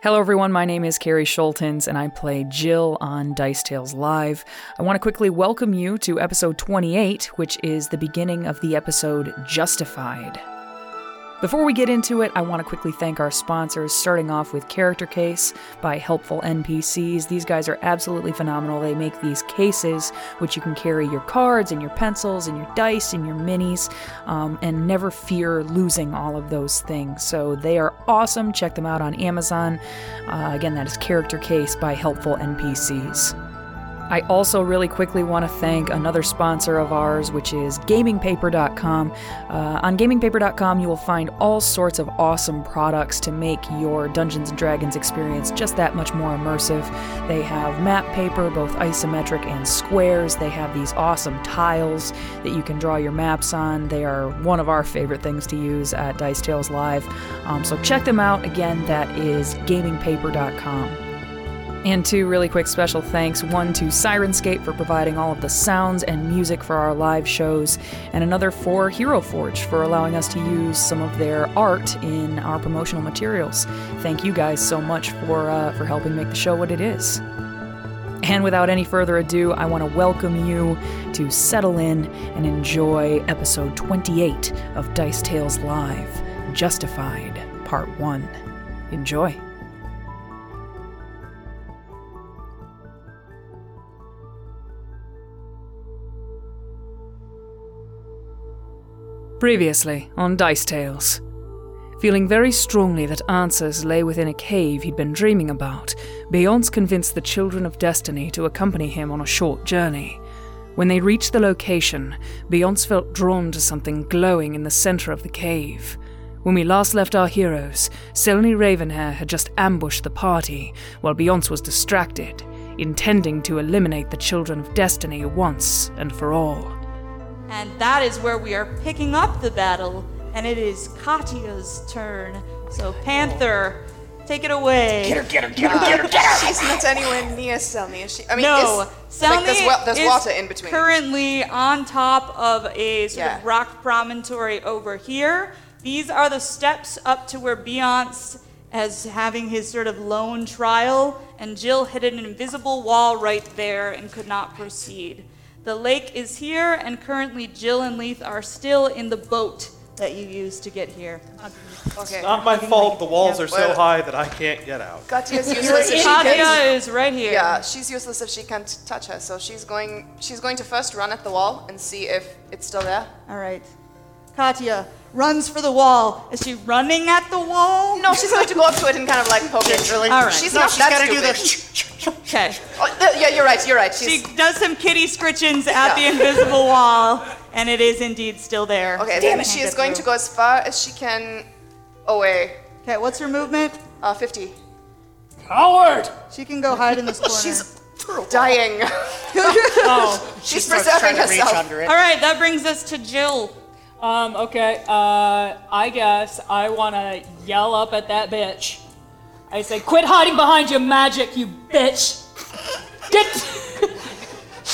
Hello, everyone. My name is Carrie Schultens, and I play Jill on Dice Tales Live. I want to quickly welcome you to episode 28, which is the beginning of the episode Justified. Before we get into it, I want to quickly thank our sponsors, starting off with Character Case by Helpful NPCs. These guys are absolutely phenomenal. They make these cases which you can carry your cards and your pencils and your dice and your minis um, and never fear losing all of those things. So they are awesome. Check them out on Amazon. Uh, again, that is Character Case by Helpful NPCs. I also really quickly want to thank another sponsor of ours, which is gamingpaper.com. Uh, on gamingpaper.com, you will find all sorts of awesome products to make your Dungeons and Dragons experience just that much more immersive. They have map paper, both isometric and squares. They have these awesome tiles that you can draw your maps on. They are one of our favorite things to use at Dice Tales Live. Um, so check them out. Again, that is gamingpaper.com. And two really quick special thanks one to Sirenscape for providing all of the sounds and music for our live shows, and another for Hero Forge for allowing us to use some of their art in our promotional materials. Thank you guys so much for, uh, for helping make the show what it is. And without any further ado, I want to welcome you to settle in and enjoy episode 28 of Dice Tales Live Justified, Part 1. Enjoy. Previously, on Dice Tales. Feeling very strongly that answers lay within a cave he'd been dreaming about, Beyonce convinced the Children of Destiny to accompany him on a short journey. When they reached the location, Beyonce felt drawn to something glowing in the center of the cave. When we last left our heroes, Selene Ravenhair had just ambushed the party, while Beyonce was distracted, intending to eliminate the Children of Destiny once and for all. And that is where we are picking up the battle, and it is Katya's turn. So, Panther, take it away. Get her, get her, get her, get her, get her! She's not anywhere near Selmy, is she? I mean, no, is, Selmy like, there's, wa- there's is water in between. currently on top of a sort of Yeah. rock promontory over here. These are the steps up to where Beyonce is having his sort of lone trial, and Jill hit an invisible wall right there and could not proceed. The lake is here, and currently Jill and Leith are still in the boat that you used to get here. okay. Not my fault the walls are so Well- high that I can't get out. Katya's useless if she can. Katya is right here. Yeah, she's useless if she can't touch her. So she's going. She's going to first run at the wall and see if it's still there. All right. Katya runs for the wall. Is she running at the wall? No, she's going to go up to it and kind of like poke it. Really? All right. She's No, not she's that gotta do stupid. Okay. Oh, th- yeah, you're right. You're right. She's She does some kitty scritchins at Yeah. the invisible wall, and it is indeed still there. okay. Damn then she is going to go as far as she can away. Okay, what's her movement? Uh, 50. Howard! She can go hide in this corner. She's dying. Oh. she's preserving herself. under it. All right, that brings us to Jill. Um, okay, uh, I guess I wanna yell up at that bitch. I say, quit hiding behind your magic, you bitch! Get,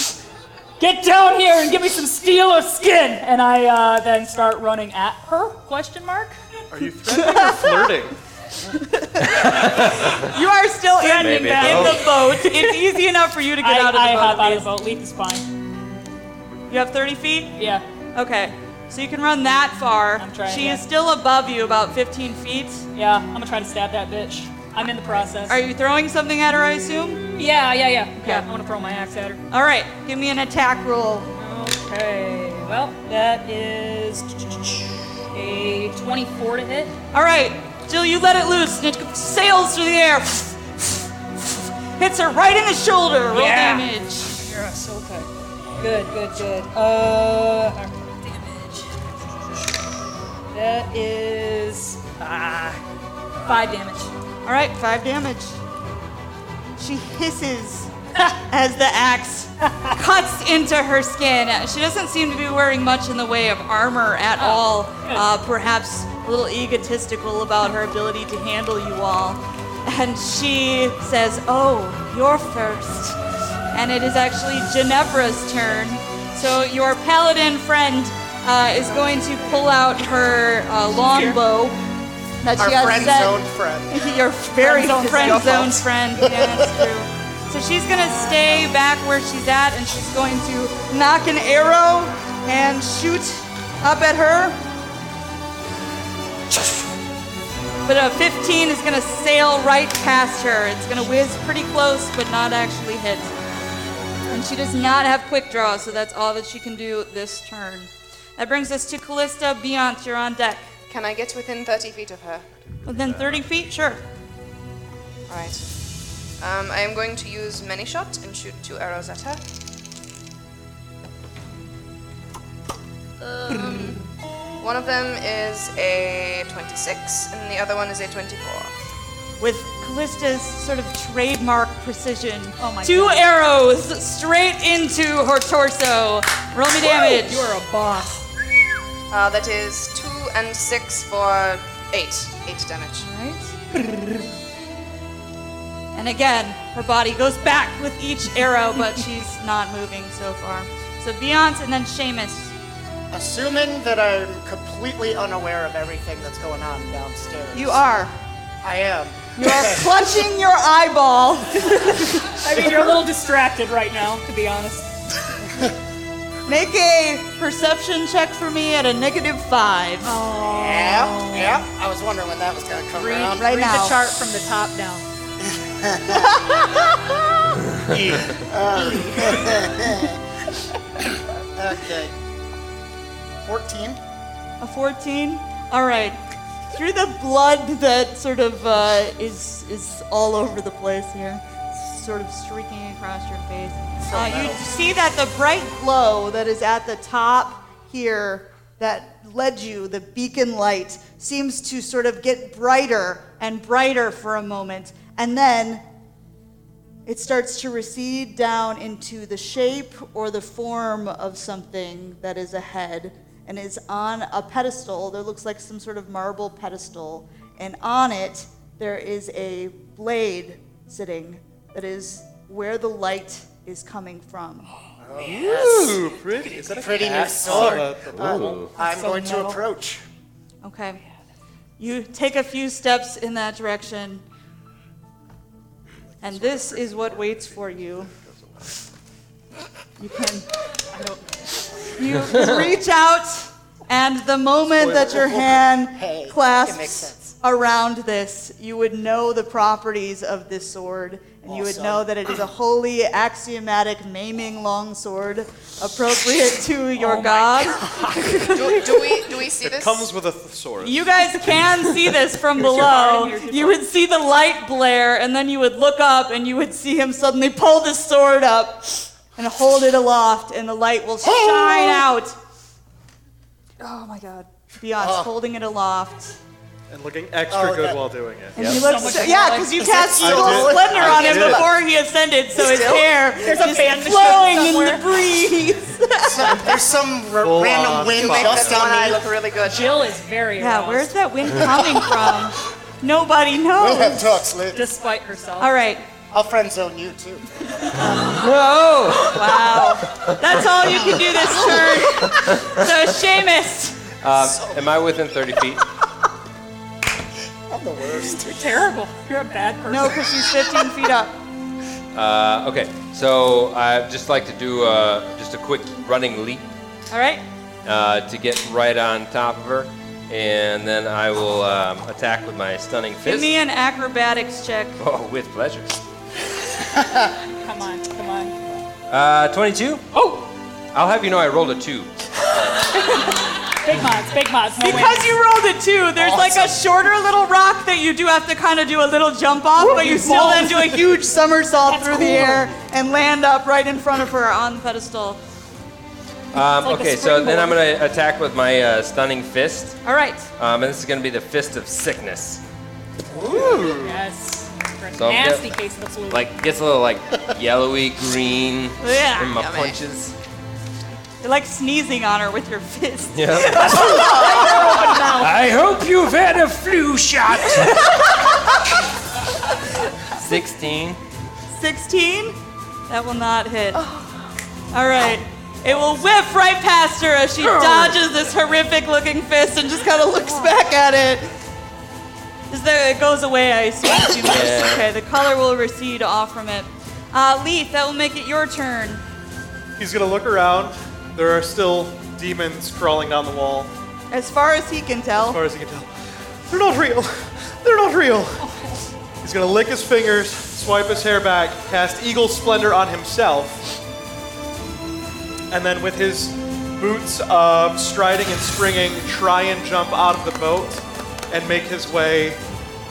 get down here and give me some steel or skin! And I, uh, then start running at her, question mark? Are you threatening or flirting? You are still in, in Maybe. the boat. It's easy enough for you to I, get out of the I boat. at hop out of the boat, leap is fine. least. You have 30 feet? Yeah. Okay. So you can run that far. I'm trying, she yeah. is still above you, about 15 feet. Yeah, I'm gonna try to stab that bitch. I'm in the process. Are you throwing something at her, I assume? yeah, yeah, yeah, Yeah. yeah. I'm gonna throw my axe at her. All right, give me an attack roll. Okay, well, that is a 24 to hit. All right, Jill, you let it loose, and it sails through the air. Hits her right in the shoulder. Roll Yeah. damage. Yes, okay. Good, good, good. Uh, damage. That is ah, five damage. All right, five damage. She hisses as the axe cuts into her skin. She doesn't seem to be wearing much in the way of armor at all. Uh, perhaps a little egotistical about her ability to handle you all. And she says, "Oh, you're first. And it is actually Ginevra's turn. So your paladin friend uh, is going to pull out her uh, longbow that Our she has friend said. zoned friend. Your very zone friend is your zone fault. friend. Yeah, that's true. So she's gonna stay back where she's at, and she's going to knock an arrow and shoot up at her. But a 15 is gonna sail right past her. It's gonna whiz pretty close, but not actually hit. And she does not have quick draw, so that's all that she can do this turn. That brings us to Callista. Beyond, you're on deck. Can I get within 30 feet of her? Within 30 feet, sure. Alright. Um, I am going to use many shot and shoot two arrows at her. Um, one of them is a 26, and the other one is a 24. with Callista's sort of trademark precision. Oh my Two God. arrows straight into her torso. Roll me damage. You are a boss. Uh, that is 2 and 6 for 8. 8 damage. And again, her body goes back with each arrow, but she's not moving so far. So Beyonce and then Seamus. Assuming that I'm completely unaware of everything that's going on downstairs. You are. I am. You are clutching your eyeball. I mean, you're a little distracted right now, to be honest. Make a perception check for me at a negative five. Oh. Yeah, yeah. I was wondering when that was gonna come around. Um, right Read now. the chart from the top down. Okay. Fourteen. A 14? All right. Through the blood that sort of uh, is is all over the place here, sort of streaking across your face. Uh, you see that the bright glow that is at the top here that led you, the beacon light, seems to sort of get brighter and brighter for a moment, and then it starts to recede down into the shape or the form of something that is ahead and is on a pedestal that looks like some sort of marble pedestal. And on it, there is a blade sitting that is where the light is coming from. Ooh, pretty. Is that a Pretty new sword. I'm going to approach. Okay. You take a few steps in that direction. And this is what waits for you. You can you reach out and the moment that your hand clasps around this, you would know the properties of this sword. And you would know that it is a holy axiomatic maiming longsword appropriate to your god. Do, do, we, do we see It this? comes with a thesaurus. You guys can see this from below. You would see the light blare, and then you would look up, and you would see him suddenly pull this sword up and hold it aloft, and the light will shine out. Oh my God! Beyond Oh. holding it aloft, and looking extra Oh, good that- while doing it. and he looks. so- yeah, because you cast I evil did- splendor I on him did. before he ascended, so his Still? hair There's a is fan machine flowing in somewhere. the breeze. So, there's some r- Full random on wind fuck. just One eye on me. look really good. Jill is very Yeah, aroused, where's that wind coming from? Nobody knows. talks later. despite herself. All right. I'll friend zone you too. Whoa! Wow. That's all you can do this turn. So Seamus, Am I within 30 feet? You're terrible. You're a bad person. no, because she's 15 feet up. Uh, okay, so I'd just like to do uh, just a quick running leap All right. uh, to get right on top of her, and then I will um, attack with my stunning Give fist. me an acrobatics check. oh, with pleasure. Come on, come on. Uh, 22. Oh, I'll have you know I rolled a two. Um, big mods, big mods. No Because you rolled a two, there's like a shorter little rock that you do have to kind of do a little jump off, but you still then do a huge somersault That's through the air and land up right in front of her on the pedestal. like Um, a okay, so then springboard. I'm gonna attack with my uh, stunning fist, All right. um, and this is gonna be the fist of sickness. win. Yes. You're a So I'm nasty get- case of the flu. Like gets a little like yellowy green Yeah, in my yummy. punches. You're like sneezing on her with your fist. Yeah. I hope you've had a flu shot. 16. 16? That will not hit. All right. It will whiff right past her as she dodges this horrific looking fist and just kind of looks back at it. Is that it goes away, I assume. if you miss. Yeah. Okay, the color will recede off from it. Uh, Leith, that will make it your turn. He's gonna look around. There are still demons crawling down the wall, As far as he can tell. as far as he can tell. They're not real. They're not real. He's gonna lick his fingers, swipe his hair back, cast Eagle Splendor on himself, and then with his boots um, striding and springing, try and jump out of the boat and make his way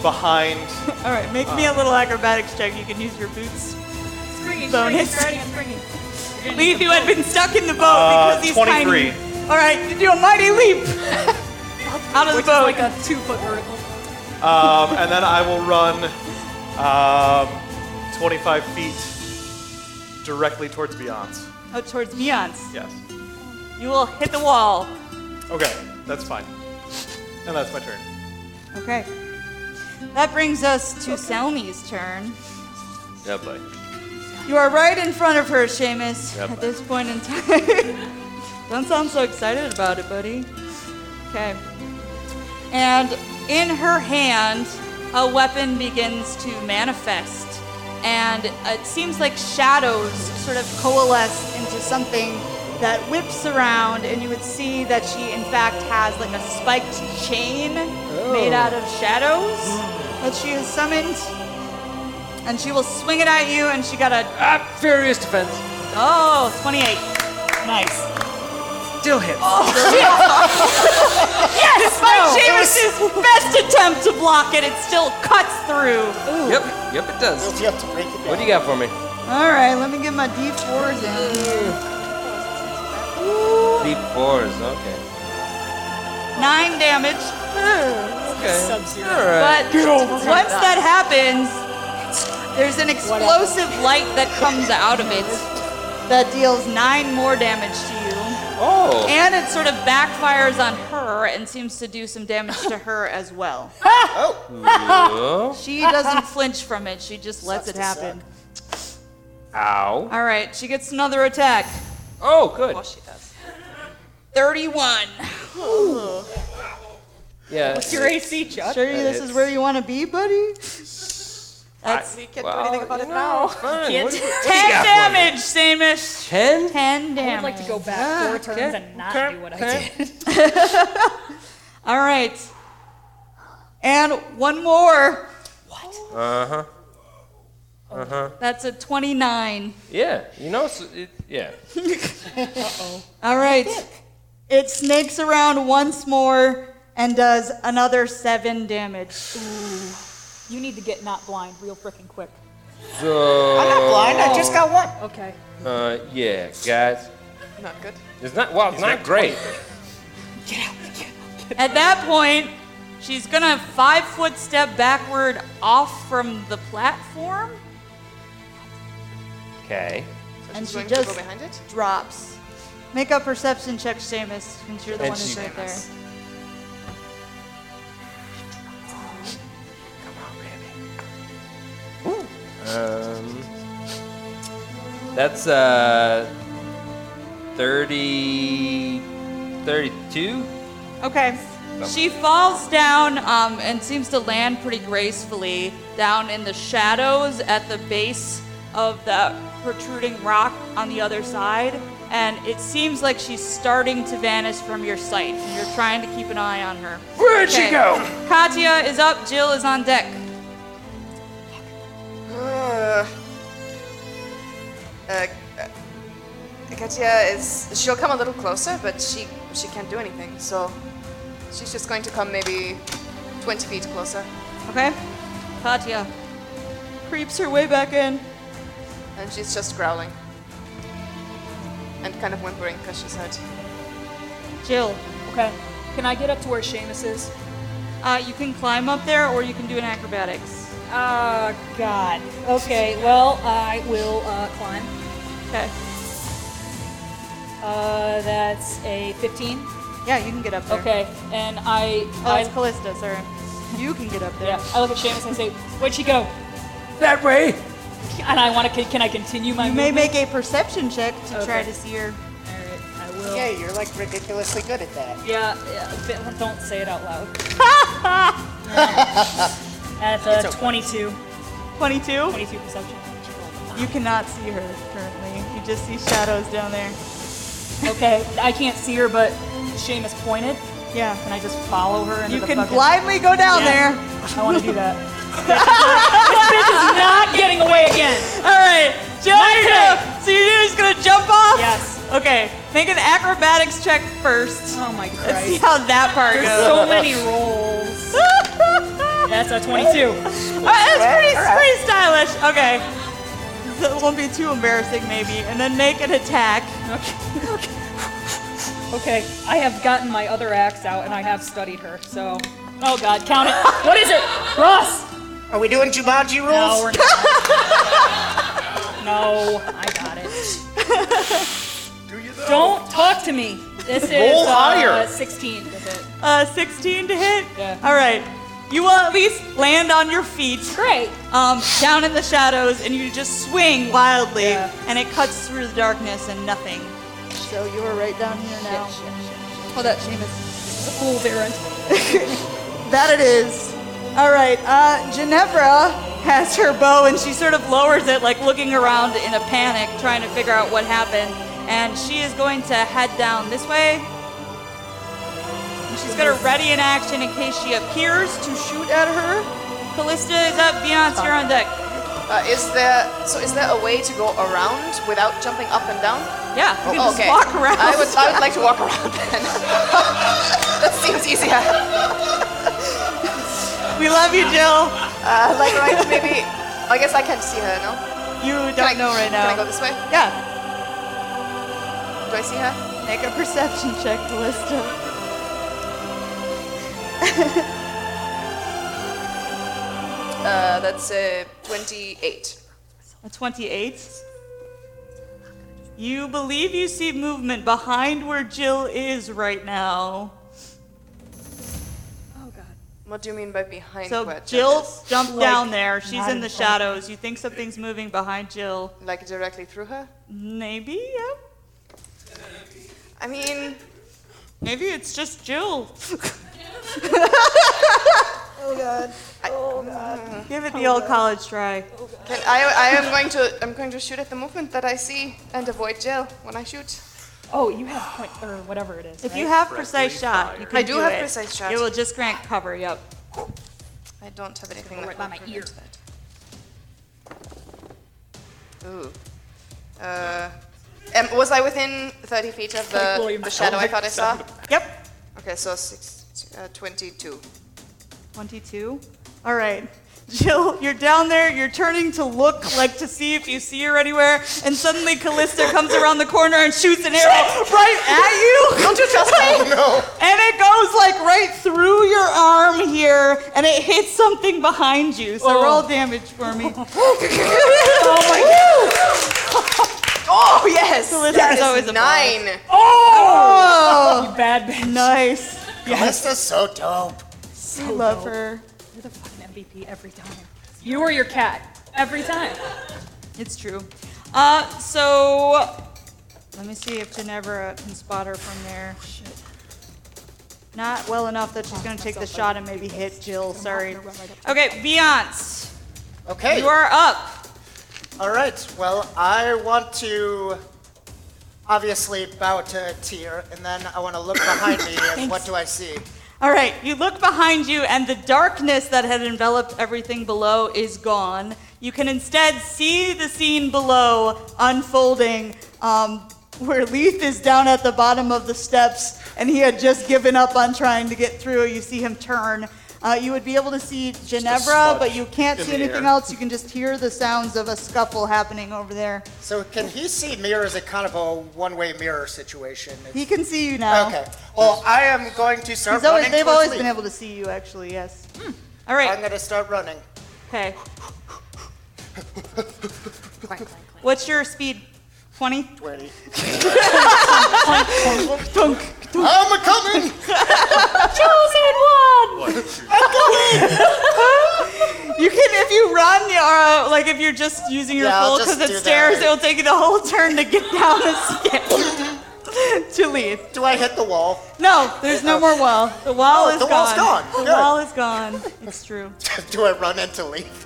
behind. All right, make me a Uh. little acrobatics check. You can use your boots. Springy, Bonus. Leith, who had been stuck in the boat Uh, because he's 23. tiny. All right, you do a mighty leap out of the Which is boat. like a two foot vertical. Um, and then I will run um, 25 feet directly towards Beyond's. Out Oh, towards Neon's. Yes. You will hit the wall. Okay, that's fine. And that's my turn. Okay. That brings us to Selmy's turn. Yeah, boy. You are right in front of her, Seamus, Yep. at this point in time. Don't sound so excited about it, buddy. Okay. And in her hand, a weapon begins to manifest. And it seems like shadows sort of coalesce into something that whips around, and you would see that she, in fact, has like a spiked chain made out of shadows that she has summoned. And she will swing it at you, and she got a Ah, furious defense. Oh, 28. Nice. Still hit. Oh. Yes! Despite Seamus' best attempt to block it, it still cuts through. Yep, yep, it does. Guilty, You have to break it What down. do you got for me? All right, let me get my D4s in. D4s, okay. Nine damage. Okay. Sub-zero. Alright. But once that happens, there's an explosive light that comes out of it that deals nine more damage to you. Oh. And it sort of backfires on her and seems to do some damage to her as well. Ooh. She doesn't flinch from it, she just lets it Sucks to suck. happen. Ow. All right, she gets another attack. Oh, good. 31. Oh. Yeah. Your AC, Chuck. Sure, this is where you want to be, buddy? That's Can't do anything about it now. Fine. Can't- What do you- what do you 10 got for damage, Samus. me? Ten? 10 damage. I'd like to go back four turns and not do what I did. All right. And one more. Uh huh. Uh-huh. That's a 29. Yeah. You know, so it, yeah. All right. It snakes around once more and does another 7 damage. You need to get not blind real freaking quick. So, I'm not blind. I just got one. Okay. uh, yeah, guys. Not good. It's not, well, it's not great. At that point, she's going to 5 foot step backward off from the platform Okay. So And she's she going to just- go behind it. drops. Make a perception check, Seamus, since you're the And one who's she- right there. Um, that's uh, 30, 32? Okay. She falls down um, and seems to land pretty gracefully down in the shadows at the base of the protruding rock on the other side. And it seems like she's starting to vanish from your sight. And you're trying to keep an eye on her. Where'd she Okay. go? Katya is up. Jill is on deck. Uh, uh, Katya is. She'll come a little closer, but she she can't do anything. So she's just going to come maybe 20 feet closer, Okay. Katya creeps her way back in. and she's just growling and kind of whimpering because she's hurt. Jill, Okay. Can I get up to where Seamus is? uh, you can climb up there or you can do an acrobatics. Ah, God. Okay, well, I will uh, climb. Okay. Uh, that's a 15. Yeah, you can get up there. Okay, and I. Oh, it's I Callista, sorry. You can get up there. yeah, I look at Seamus and I say, Where'd she go? That way. And I want to. Can I continue my You may movement? make a perception check to try Okay. to see her. All right, I will. will. Yay, you're like ridiculously good at that. Yeah, yeah, but don't say it out loud. That's a 22. 22? 22 uh, perception. You cannot see her currently. You just see shadows down there. Okay, I can't see her, but Seamus pointed. Yeah. Can I just follow her into You the can fucking- blindly go down Yeah. there. I want to do that. this bitch is not getting away again. All right, Jill, Not you're today. gonna- so you're just gonna jump off? Yes. Okay, make an acrobatics check first. Oh my Let's see Christ. how that part There's goes. so many rolls. That's a 22. All right, that's pretty, pretty stylish. Okay. So it won't be too embarrassing, maybe. And then make an attack. Okay, I have gotten my other axe out and I have studied her, so. Oh god, count it. What is it? Ross! Are we doing Jumanji No, rules? we're not. no, I got it. Do you though? Don't talk to me. This is Roll uh, higher. 16. Is it? Uh, 16 to hit. Yeah. All right. You will at least land on your feet. Great. Um, down in the shadows, and you just swing wildly, Yeah. and it cuts through the darkness and nothing. So you are right down here now. Hold up, Seamus. It's a fool's errand. That it is. All right. Uh, Ginevra has her bow, and she sort of lowers it, like looking around in a panic, trying to figure out what happened. And she is going to head down this way. And she's gonna ready an action in case she appears to shoot at her. Callista is up. Beyonce, you're on deck. Uh, is there so is there a way to go around without jumping up and down? Yeah, you can Oh, just walk around. I would, I would like to walk around then. that seems easier. we love you, Jill. Uh, like right, maybe. I guess I can't see her. No. You Can don't I know right now. Can I go this way? yeah, Do I see her? make a perception check, Callista. Uh, that's uh, 28. A 28. You believe you see movement behind where Jill is right now. What do you mean by behind? So where Jen Jill is? jumped down there. She's not in in the front. shadows. You think something's moving behind Jill? like directly through her? Maybe, yeah. I mean, Maybe it's just Jill. oh god. Oh god. Give it the old college try. can, I, I am going to I'm going to shoot at the movement that I see and avoid Jill when I shoot. Oh, you have point, or whatever it is. If you have precise shot, you can I do have it. precise shot. It will just grant cover. Yep. I don't have anything that by will my prevent that. Ooh. Uh, um, was I within 30 feet of the, the shadow I thought I saw? Yep. Okay, so six, uh, 22. 22. All right. Jill, you're down there, you're turning to look, like to see if you see her anywhere, and suddenly Callista comes around the corner and shoots an arrow right at you. Don't you trust Oh, me? And it goes like right through your arm here, and it hits something behind you. So roll damage for me. oh my Oh, yes! Callista's That is always a boss. nine. Oh, You bad bitch. nice. Callista's so dope. We Oh, love her. You're the fucking MVP every time. You or your cat. Every time. It's true. Uh, so let me see if Ginevra can spot her from there. Not well enough Oh, that she's gonna take the shot and maybe hit Jill. Sorry. Okay, Beyonce, Okay. you are up. All right. Well, I want to obviously bow to Tyr, and then I want to look behind me, and what do I see? All right, you look behind you, and the darkness that had enveloped everything below is gone. You can instead see the scene below unfolding, um, where Leith is down at the bottom of the steps, and he had just given up on trying to get through. You see him turn. Uh, you would be able to see Ginevra, sludge but you can't in see the anything air. else. You can just hear the sounds of a scuffle happening over there. So can he see me, or is it kind of a one-way mirror situation? He can see you now. Okay. Well, I am going to start He's always, running they've towards always Lee. been able to see you, actually, yes. All I'm right, going to start running. okay. Clank, clank, clank. What's your speed? 20? Twenty. I'm a coming. You can, if you run, or uh, like if you're just using your Yeah, I'll full, just because do it's stairs, that. it'll take you the whole turn to get down the stairs. Jalith. Do I hit the wall? No, there's no more wall. The wall Oh, is the gone. wall's gone. The Good. wall is gone. It's true. Do I run into Leaf?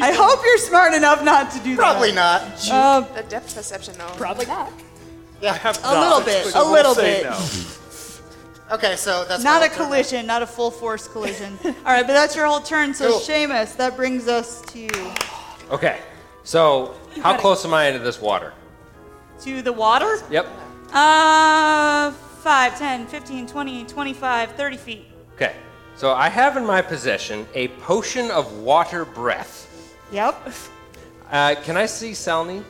I hope you're smart enough not to do Probably that. Um, not. Probably not. The depth perception, though. Probably not. Yeah. a little bit. A little bit. Okay, so that's my Not a whole turn. collision, not a full force collision. All right, but that's your whole turn. So, Cool. Seamus, that brings us to you. Okay. So, how close am I to this water? To the water? Yep. Uh, 5, 10, 15, 20, 25, 30 feet. Okay. So, I have in my possession a potion of water breath. Yep. Uh, can I see Selny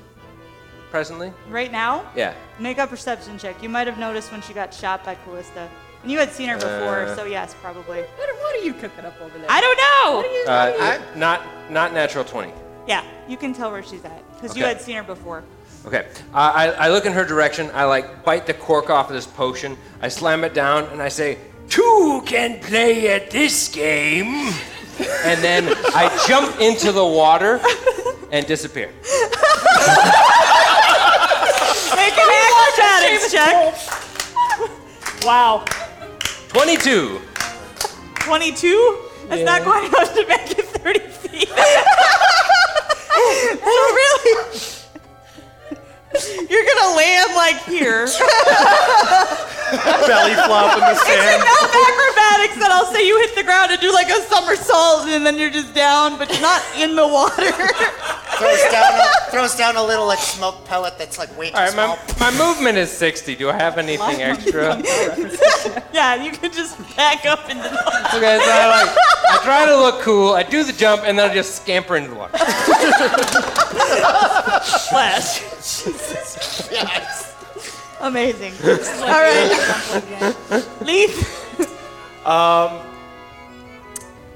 presently? Right now, Yeah. make a perception check. You might have noticed when she got shot by Callista. And you had seen her before, Uh. so yes, probably. What, what are you cooking up over there? I don't know! Uh, not not natural 20. Yeah, you can tell where she's at because you Okay. had seen her before. Okay. I I, I look in her direction. I like bite the cork off of this potion. I slam it down and I say, Two can play at this game. and then I jump into the water and disappear. Make an acrobatics check. Wow. 22. 22? That's not quite enough to make it 30 feet. so really, you're gonna land like here. It's Belly flop in the sand. enough acrobatics that I'll say you hit the ground and do like a somersault and then you're just down, but you're not in the water. Throws down, a, throws down a little like smoke pellet that's like way too All right, small. my, my movement is 60. Do I have anything extra? okay, yeah, you can just back up into the water. so I, like, I try to look cool. I do the jump, and then I just scamper into the water. Flash. Yes. Amazing. All right. Leaf.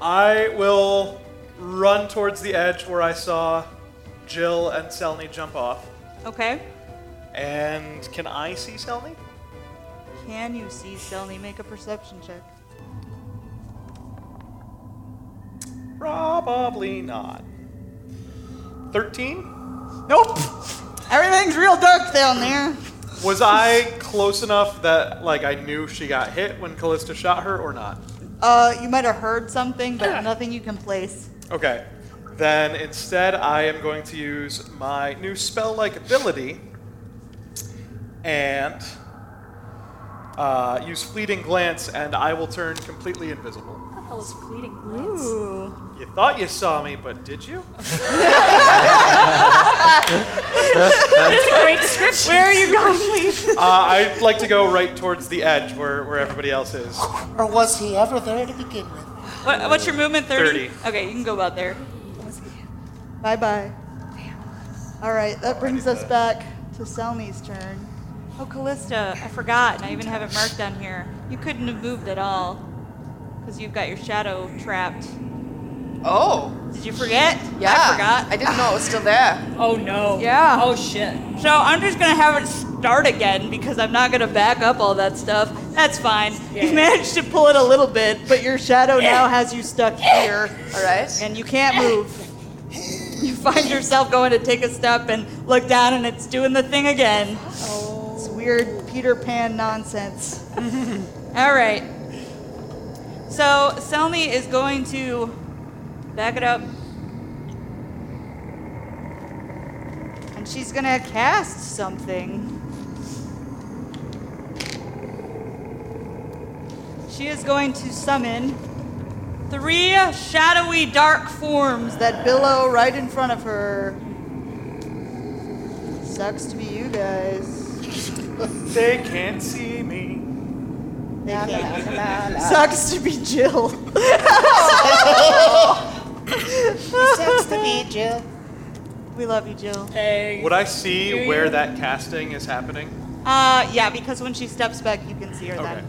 I will run towards the edge where I saw Jill and Selny jump off. Okay. And can I see Selny? Can you see Selny make a perception check? Probably not. 13? Nope. Everything's real dark down there. Was I close enough that like I knew she got hit when Callista shot her or not? Uh, you might have heard something, but nothing you can place. Okay. Then instead, I am going to use my new spell like ability and uh, use Fleeting Glance, and I will turn completely invisible. What the hell is fleeting glance? You thought you saw me, but did you? Great description. Where are you going, please? Uh, I'd like to go right towards the edge where, where everybody else is. Or was he ever there to begin with? What, what's your movement? 30? 30. Okay, you can go about there. Bye bye. All right, that brings us back to Selmy's turn. Oh, Callista, I forgot, and I even have it marked down here. You couldn't have moved at all because you've got your shadow trapped. Oh, Did you forget? yeah. I forgot. I didn't know it was still there. Oh no. Yeah. Oh shit. So I'm just gonna have it start again because I'm not gonna back up all that stuff. That's fine. You managed to pull it a little bit, but your shadow now has you stuck here, All right. and you can't move. You find yourself going to take a step and look down, and it's doing the thing again. It's weird Peter Pan nonsense. all right. So Selmy is going to back it up. And she's gonna cast something. She is going to summon three shadowy dark forms that billow right in front of her. Sucks to be you guys. They can't see me. Ah. Sucks to be Jill. Sucks to be Jill. We love you, Jill. Hey. Would I see where that casting is happening? Uh, yeah, because when she steps back, you can see her Okay. then.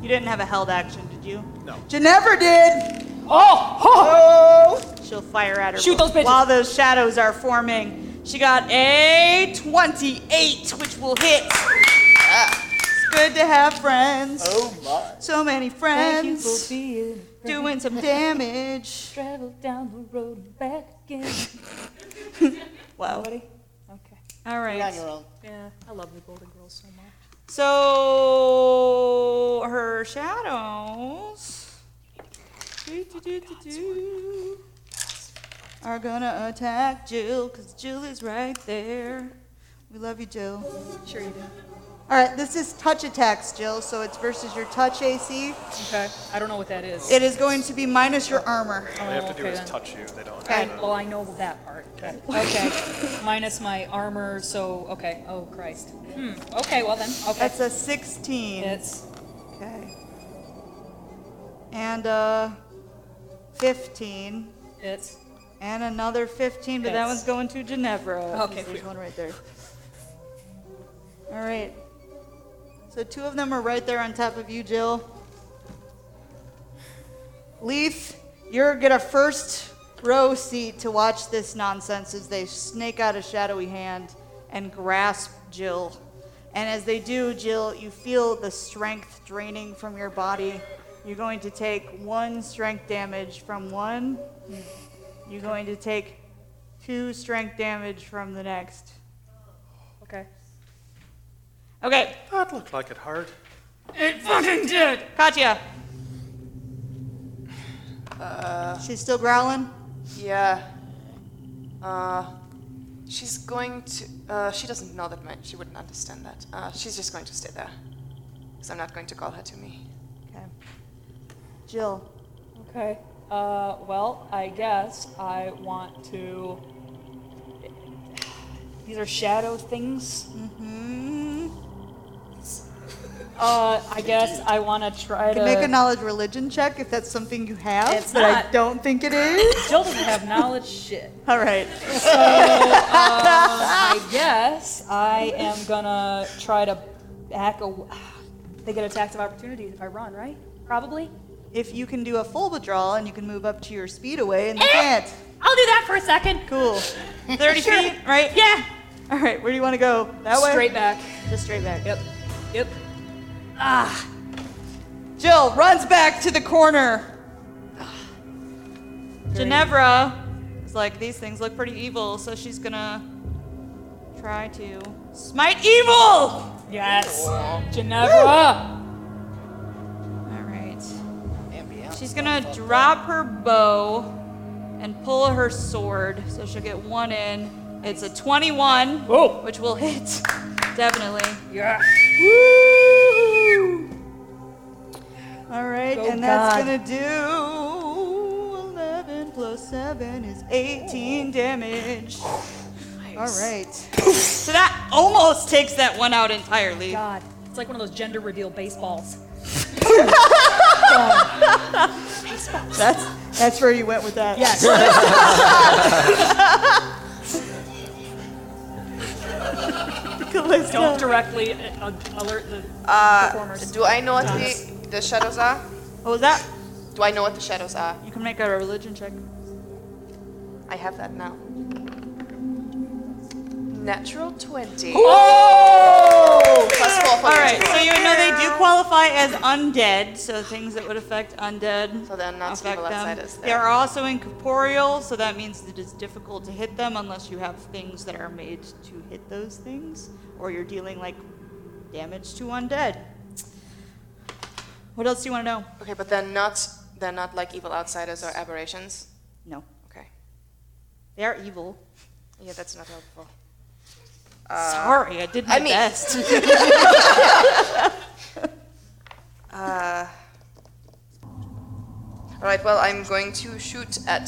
You didn't have a held action, did you? No. Jennifer did. Oh! oh! She'll fire at her. Shoot those bitches. While those shadows are forming. She got a 28, which will hit. It's good to have friends. Oh my. So many friends. Doing some damage. Travel down the road and back again. Wow. Okay. All right. You're on your own. Yeah, I love the Golden Girls so much. So her shadows doo-doo-doo-doo-doo, are gonna attack Jill because Jill is right there. We love you, Jill. Sure you do. All right, this is touch attacks, Jill. So it's versus your touch AC. Okay, I don't know what that is. It is going to be minus your armor. All they have to do okay is then. touch you. They don't. Okay, well, I know that part. Okay. okay, minus my armor, so, okay, oh Christ. Hmm, okay, well then, okay. That's a 16. It's, Okay. And uh, 15. it's, And another 15, but that Yes. one's going to Ginevra. Okay, There's cool. one right there. All right. So two of them are right there on top of you, Jill. Leaf, you're going to first row seat to watch this nonsense as they snake out a shadowy hand and grasp Jill. And as they do, Jill, you feel the strength draining from your body. You're going to take one strength damage from one you're going to take two strength damage from the next. okay. Okay, That looked like it hard. It fucking did! Katya. Uh. She's still growling. Yeah. Uh, she's going to. Uh, she doesn't know that my. She wouldn't understand that. Uh, she's just going to stay there. Because I'm not going to call her to me. Okay. Jill. Okay. Uh, well, I guess I want to. These are shadow things. Mm-hmm. Uh, I guess I want to try You can make a to. knowledge religion check if that's something you have. Uh. It's but I not. don't think it is. Jill doesn't have knowledge shit. All right. I guess I am gonna try to back away. They get attacks of opportunity if I run, right? Probably. If you can do a full withdrawal and you can move up to your speed away, and you can't. I'll do that for a second. Cool. 30 Sure. feet, right? Yeah. All right, where do you want to go? That way? Straight back. Just straight back. Yep. Yep. Jill runs back to the corner. Ginevra is like, these things look pretty evil, so she's gonna try to smite evil! All Yes. Ginevra. right. She's gonna drop her bow and pull her sword, so she'll get one in. It's a 21, Oh. which will hit, definitely. Yeah. All right, Go and that's God. gonna do 11 plus 7 is 18 damage. All right. so that almost takes that one out entirely. God, it's like one of those gender reveal baseballs. That's that's where you went with that. Yes. Don't directly uh, alert the performers. Do I know what the, the shadows are? What was that? Do I know what the shadows are? You can make a religion check. I have that now. Natural 20. Oh! Plus four for All right, natural. so you know they do qualify as undead, so things that would affect undead. So they're not affect evil them. outsiders They then. are also incorporeal, so that means that it's difficult to hit them unless you have things that are made to hit those things, or you're dealing like damage to undead. What else do you want to know? Okay, but they're not. They're not like evil outsiders or aberrations. No, Okay. they are evil. Yeah, that's not helpful. Sorry, I did my Uh, I mean- best. All right. Well, I'm going to shoot at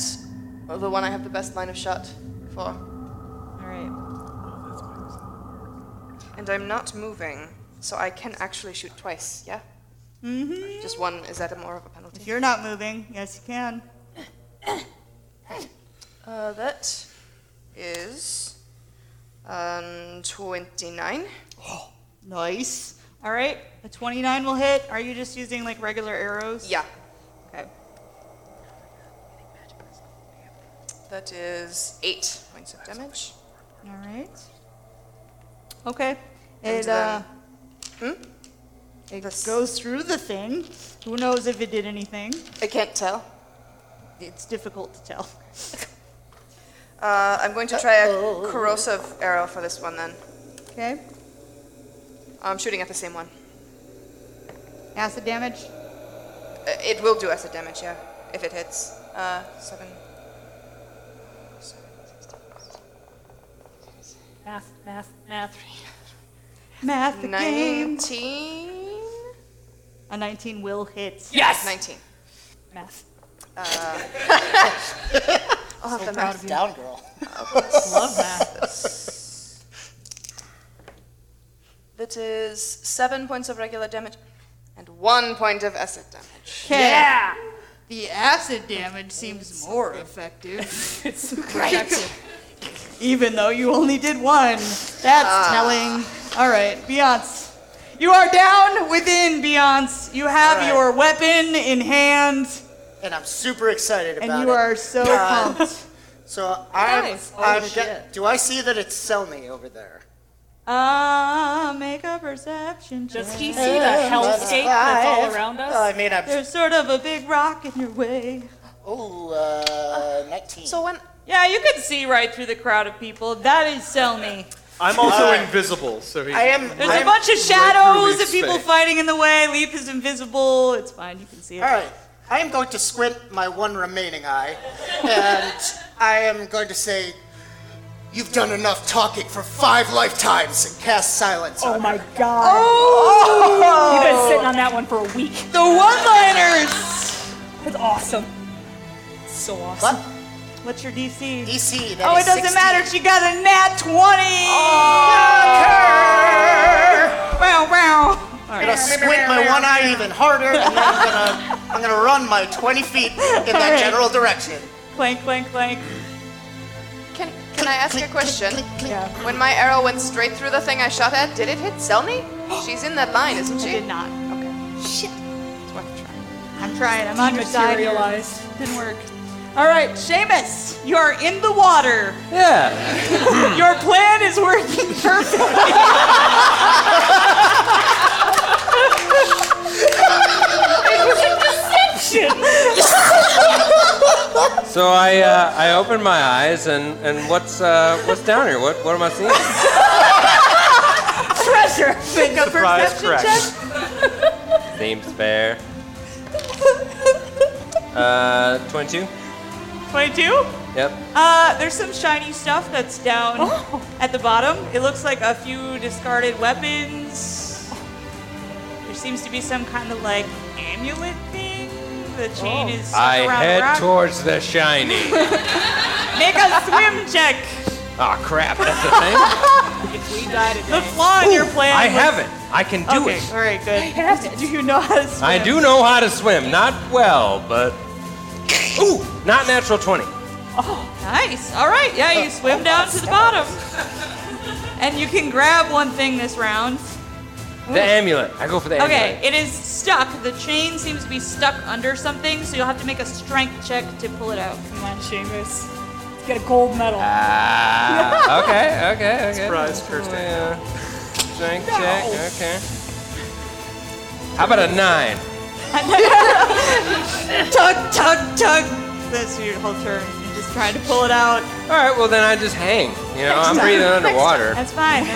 the one I have the best line of shot for. All right, And I'm not moving, so I can actually shoot twice, yeah? Mm-hmm. Just one, is that a more of a penalty? if you're not moving, yes, you can. Uh, that is um, 29. Nice. All right, a 29 will hit. Are you just using like regular arrows? Yeah, Okay. that is 8 points of damage. All right. Okay. And It uh, then- Hmm? it this- goes through the thing. Who knows if it did anything? I can't tell. It's difficult to tell. Uh, I'm going to try a corrosive arrow for this one then. Okay. I'm shooting at the same one. Acid damage. Uh, It will do acid damage, yeah, if it hits. Uh, seven. seven, sixteen, Math, math, math. Math the game. Nineteen. A 19 will hit. Yes! Nineteen. Uh, Math. I'll have the math. Down girl. Love math. That is seven points of regular damage, and one point of acid damage. Okay. Yeah! The acid damage seems more effective. it's right. Even though you only did one. That's telling. All right, Beyonce. You are down within, Beyonce. You have All right. your weapon in hand, And I'm super excited about and you it. are so pumped. So I'm. Nice. I'm Oh, get- shit. do I see that it's Selmy over there? Ah, make a perception check. Does he see the Oh hellscape that's all around Well, us? I mean, I'm. There's sort of a big rock in your way. Oh, uh, 19. So when Yeah, you can see right through the crowd of people. That is Selmy. I'm also Alright. invisible, so he. I am. There's I'm, a bunch of shadows Leaf's and people face. fighting in the way. Leaf is invisible. It's fine. You can see it. All right. I am going to squint my one remaining eye, and I am going to say, "You've done enough talking for five lifetimes," and cast silence. Oh on my god. Oh! Oh! You've been sitting on that one for a week. The one-liners. That's awesome. So awesome. But What's your DC? DC. that Oh, it is doesn't 16. matter. She got a nat 20. Wow, wow. All I'm gonna right. squint my one eye even harder, and then I'm gonna, I'm gonna run my 20 feet in that Alright. general direction. Clank, clank, clank. can can I ask a question? Yeah. When my arrow went straight through the thing I shot at, did it hit Selmy? She's in that line, isn't I she? did not. Okay. Shit. It's worth a try. I'm trying. I'm on your side. here. Dematerialized. Didn't work. All right, Seamus, you are in the water. Yeah. Your plan is working perfectly. So I uh, I open my eyes and and what's uh, what's down here? What what am I seeing? Treasure. Make a Surprise perception correct. check. Seems fair. Uh, 22. 22? Yep. Uh, there's some shiny stuff that's down Oh. at the bottom. It looks like a few discarded weapons. There seems to be some kind of like amulet thing. The chain is stuck Oh. I around the head rock. towards the shiny. Make a swim check. Ah, crap. That's the thing. We died The flaw in your plan. I was- have it. I can do Okay, it. all right, good. Do you know how to swim? I do know how to swim. Not well, but ooh, not natural 20. Nice. All right. Yeah, you Oh, swim down to the bottom, and you can grab one thing this round. The amulet. I go for the amulet. Okay, it is stuck. The chain seems to be stuck under something, so you'll have to make a strength check to pull it out. Come on, Seamus. Let's get a gold medal. Ah, okay, okay, okay. Surprise, cursed Yeah. Strength check, okay. How about a nine? Tug, tug, tug. That's your whole turn. You're just trying to pull it out. All right, well then I just hang. You know, I'm breathing underwater. That's fine. Fine.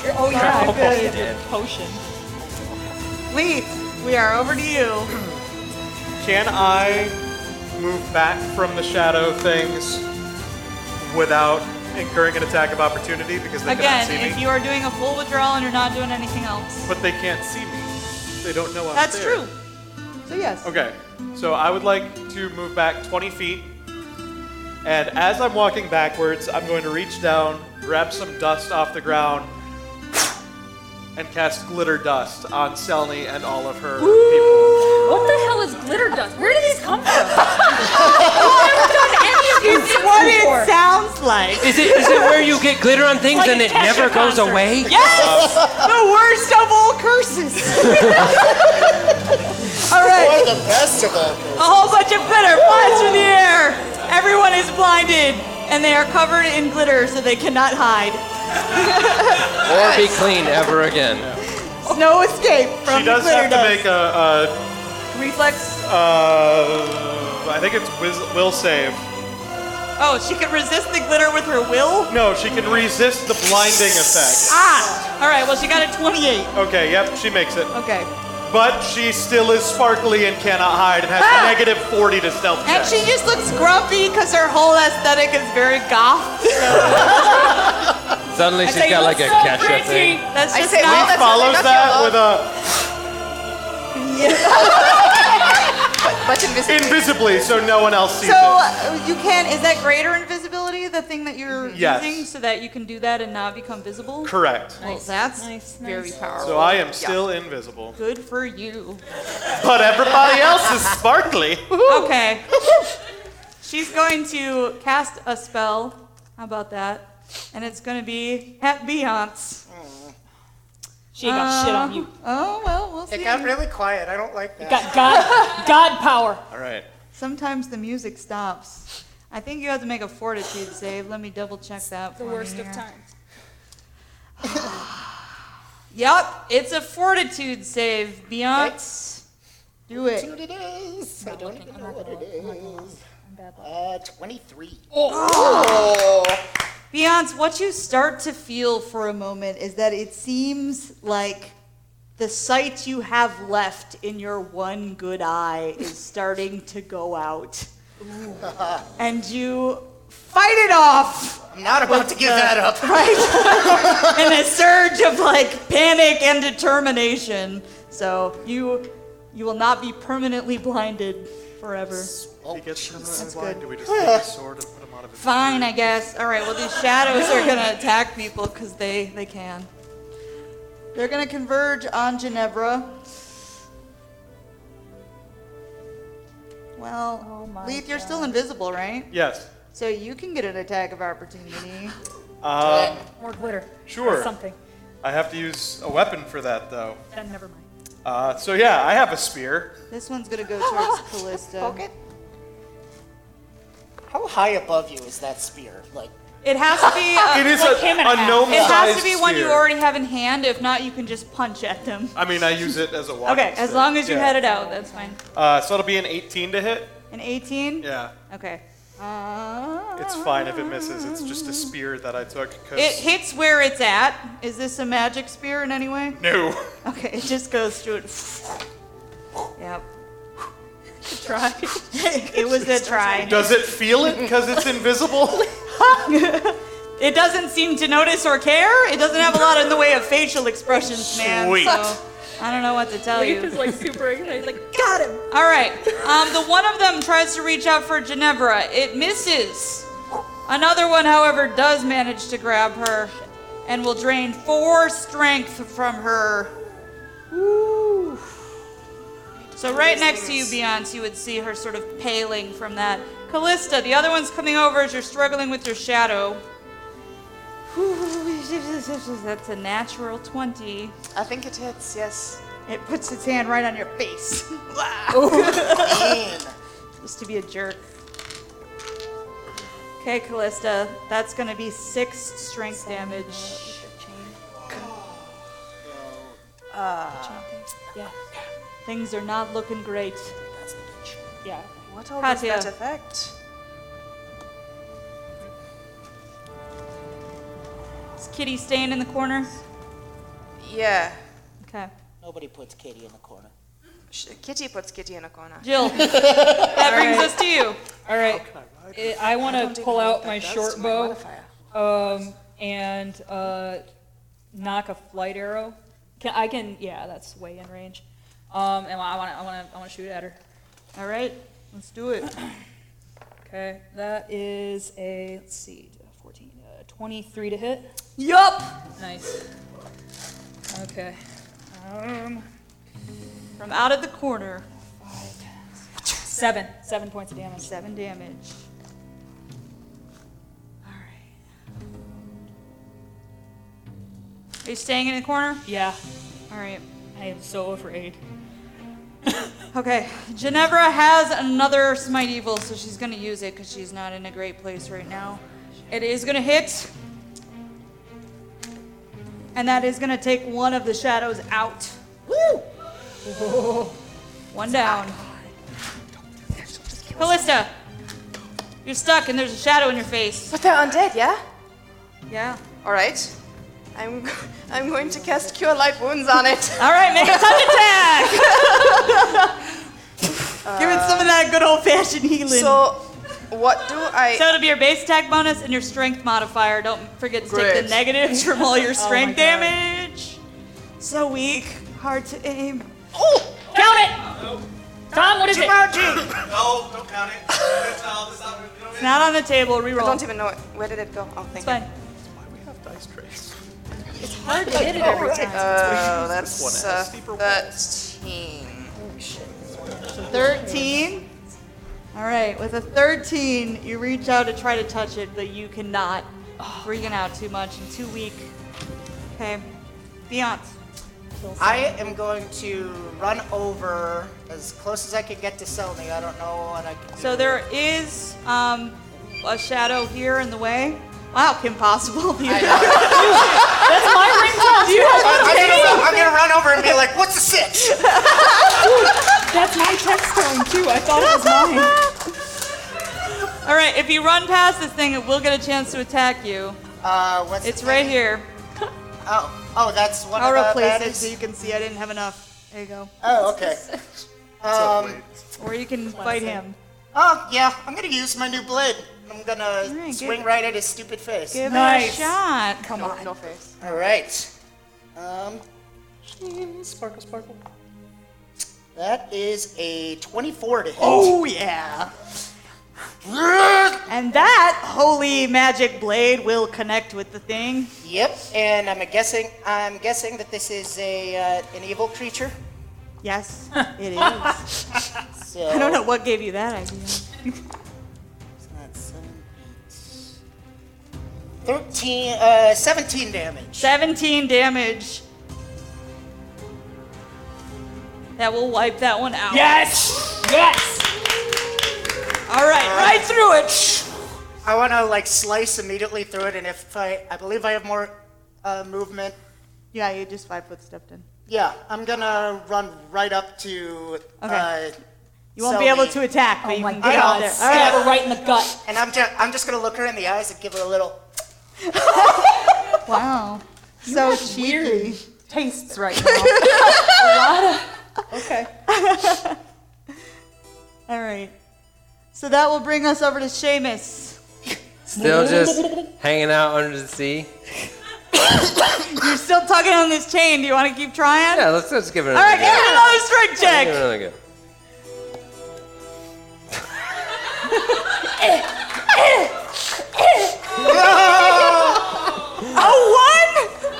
That's fine. oh, yeah. Almost good. dead. Potion. Leaf, we are over to you. Can I move back from the shadow things without incurring an attack of opportunity because they cannot Again, see if me? you are doing a full withdrawal and you're not doing anything else, But they can't see me. They don't know I'm that's there. true. So yes. Okay, so I would like to move back 20 feet, and as I'm walking backwards, I'm going to reach down, grab some dust off the ground, and cast glitter dust on Selny and all of her people. What the hell is glitter dust? Where did these come from? It's what it sounds like. Is it is it where you get glitter on things Like and a it never Kesha goes concert. away? Yes! the worst of all curses. all right, Or the best of all. a whole bunch of glitter flies through the air. Everyone is blinded, and they are covered in glitter, so they cannot hide. Or be clean ever again. No escape from She does glitter have to make a, Reflex. a uh, I think it's wiz- will save. Oh, she could resist the glitter with her will? No, she can resist the blinding effect. Ah! All right, well, she got a 28. Okay, yep, she makes it. Okay. But she still is sparkly and cannot hide and has Ah! negative 40 to stealth And check. she just looks grumpy because her whole aesthetic is very goth. Suddenly she's They got look like a so Kesha pretty. thing. That's I just say, not... well, that's follows nothing, that that's with a But invisible. invisibly so no one else sees So it. uh, you can Is that greater invisibility? The thing that you're Yes. using so that you can do that and not become visible? Correct. Well, that's nice, very powerful. So I am still invisible. Good for you. But everybody else is sparkly. Okay. She's going to cast a spell. How about that? And it's going to be at Beyonce. She ain't got shit on you. Oh, well, we'll It see. got really quiet. I don't like that. Um. Got God, God power. All right. Sometimes the music stops. I think you have to make a fortitude save. Let me double check that. The for worst me of here. times. Yep, it's a fortitude save, Beyonce. Do See it. what it is. I don't even know what it is. Uh, 23. Beyonce, what you start to feel for a moment is that it seems like the sight you have left in your one good eye is starting to go out. and you fight it off, I'm not about to give that up. right? in a surge of like panic and determination. So you you will not be permanently blinded forever. he gets permanently That's good. blind. Do Oh, we just take his sword and put him out of his Fine, I guess. All right. Well, these shadows are gonna attack people because they they can. They're gonna converge on Ginevra. Well, Leith, you're still invisible, right? Yes. Oh So you can get an attack of opportunity. Um, More glitter. sure. Something. I have to use a weapon for that, though. Then never mind. Uh, so yeah, I have a spear. This one's gonna go towards Callista. Poke it. How high above you is that spear? Like, It has to be. It A, is a, him and a a half. gnome-sized it has to be one you spear. already have in hand. If not, you can just punch at them. I mean, I use it as a walking Okay, as stick. long as you Yeah. had it out, that's fine. Uh, so it'll be an 18 to hit. An 18. Yeah, Okay. Uh, it's fine if it misses. It's just a spear that I took. Cause Ah. It hits where it's at. Is this a magic spear in any way? no. Okay, it just goes through it. Yep. Try. it was a try. Does it feel it because it's invisible? It doesn't seem to notice or care. It doesn't have a lot in the way of facial expressions, man. Sweet. So I don't know what to tell Leaf you. is like super excited. Like, got him. All right. Um, the one of them tries to reach out for Ginevra. It misses. Another one, however, does manage to grab her and will drain four strength from her. Woo. So right next to you, Beyonce, you would see her sort of paling from that. Callista, the other one's coming over as you're struggling with your shadow. That's a natural 20. I think it hits, yes. It puts its hand right on your face. man. Just to be a jerk. Okay, Callista, that's gonna be six strength damage. Uh, Yeah, Things are not looking great. yeah. What all does Katya. that affect? Is Kitty staying in the corner? Yeah. Okay. Nobody puts Katie in the corner. Sh- Kitty puts Kitty in a corner. Jill, that brings us to you. All right. I, I want to pull out my short bow um, and uh, knock a flight arrow. Can, I can, yeah, that's way in range. Um, and I want to, I want to, I want to shoot at her. All right, let's do it. Okay, that is a let's see, 14, uh, 23 to hit. Yup! Nice. Okay. Um, From out of the corner, seven, seven points of damage. seven damage. All right. Are you staying in the corner? Yeah, All right. I am so afraid. Okay, Ginevra has another Smite Evil, so she's gonna use it because she's not in a great place right now. It is gonna hit. And that is gonna take one of the shadows out. Woo! One down. Callista, You're stuck and there's a shadow in your face. But they're undead, yeah? Yeah. All right. I'm, I'm going to cast Cure Light Wounds on it. All right, make a touch attack. Give it some of that good old fashioned healing. So, so, what do I? it'll be your base attack bonus and your strength modifier. Don't forget to take Great. the negatives from all your strength damage. Oh So weak, hard to aim. Oh! Count it! Tom, what is it? No, don't count it. That's all this out. You know what I mean? Not on the table. I Reroll. don't even know it. Where did it go? Oh, thank it's fine. Oh, that's uh, 13. 13. All right, with a 13, you reach out to try to touch it, but you cannot. Freaking out too much and too weak. Okay. Beyond. I am going to run over as close as I can get to Selmy. I don't know what I can do. So there is um, a shadow here in the way. Wow, Kim Possible. That's my ringtone. too. I'm gonna, run, I'm gonna run over and be like, "What's a six?" That's my text tone too. I thought it was mine. All right, if you run past this thing, it will get a chance to attack you. Uh, what's It's the right thing? here. Oh, oh, that's one I'll of the replace it baddies? so you can see I didn't have enough. There you go. Oh, okay. Um, Or you can fight him. oh, yeah. I'm gonna use my new blade. I'm gonna All right, swing good. right at his stupid face. Give it Nice. a shot. Come on. No face. All right. Um, sparkle, sparkle. That is a 24 to hit. Oh yeah. And that holy magic blade will connect with the thing. Yep. And I'm guessing. I'm guessing that this is a uh, an evil creature. Yes, it is. I So don't know what gave you that idea. That's seven, eight. 13, uh, 17 damage. 17 damage. That will wipe that one out. Yes! Yes! All right, right through it. I want to like slice immediately through it, and if I, I believe I have more uh, movement. Yeah, you just five foot stepped in. Yeah, I'm gonna run right up to. Uh, Okay. You won't Sell be able me. to attack, but Oh you my can get out god, there. All right. stab her right in the gut. and I'm just I'm just gonna look her in the eyes and give her a little. Wow. So cheeky. Tastes right now. Okay. All right. So that will bring us over to Seamus. Still just hanging out under the sea. You're still tugging on this chain. Do you want to keep trying? Yeah, let's let's give it. All Another right, go. give it another strength Give it check. another go. Oh, one?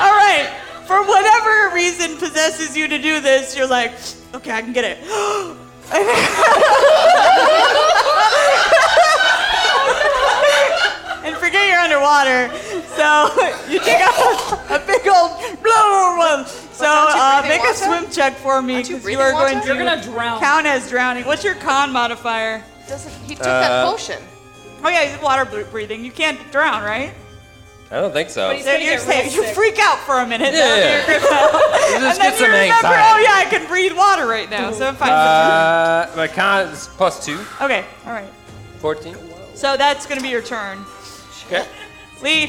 All right. For whatever reason possesses you to do this, you're like, okay, I can get it. and forget you're underwater. So you take a, a big old blow. blow, blow. So aren't you uh, breathing make a water? swim check for me Aren't you because you breathing are going water? to You're gonna drown. count as drowning. What's your con modifier? Doesn't he took that potion? Oh yeah, he's water bre- breathing. You can't drown, right? I don't think so. So you're safe. You freak out for a minute. that'll be Yeah. your grip. Just and then get you some remember, oh anxiety. yeah, I can breathe water right now, so I'm fine. Uh, my con is plus two. okay, all right. 14. So that's gonna be your turn. Okay. Lee,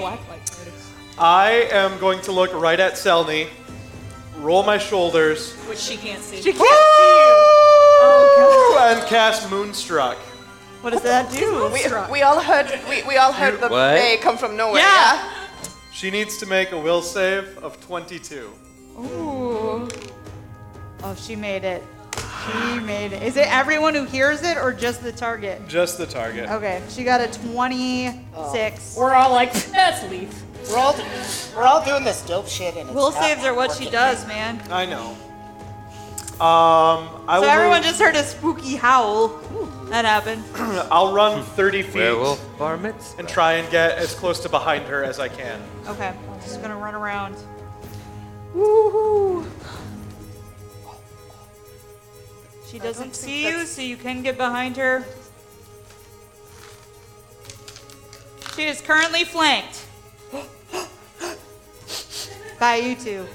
I am going to look right at Selny, roll my shoulders, Which she can't see. she can't see you. Oh, and cast Moonstruck. What does that do? We, we all heard we, we all heard the What? bay come from nowhere. Yeah. Yeah. She needs to make a will save of 22. Ooh. Oh, she made it. She made it. Is it everyone who hears it or just the target? Just the target. Okay, she got a 26. Oh. We're all like, that's Leaf. We're all we're all doing this dope shit, and it's Will not saves are what she working. does, man. I know. Um, I So will, everyone just heard a spooky howl. That happened. I'll run 30 feet Werewolf bar mitzvah. and try and get as close to behind her as I can. Okay, I'm just gonna run around. Woohoo! She doesn't see you, so you can get behind her. She is currently flanked by you two.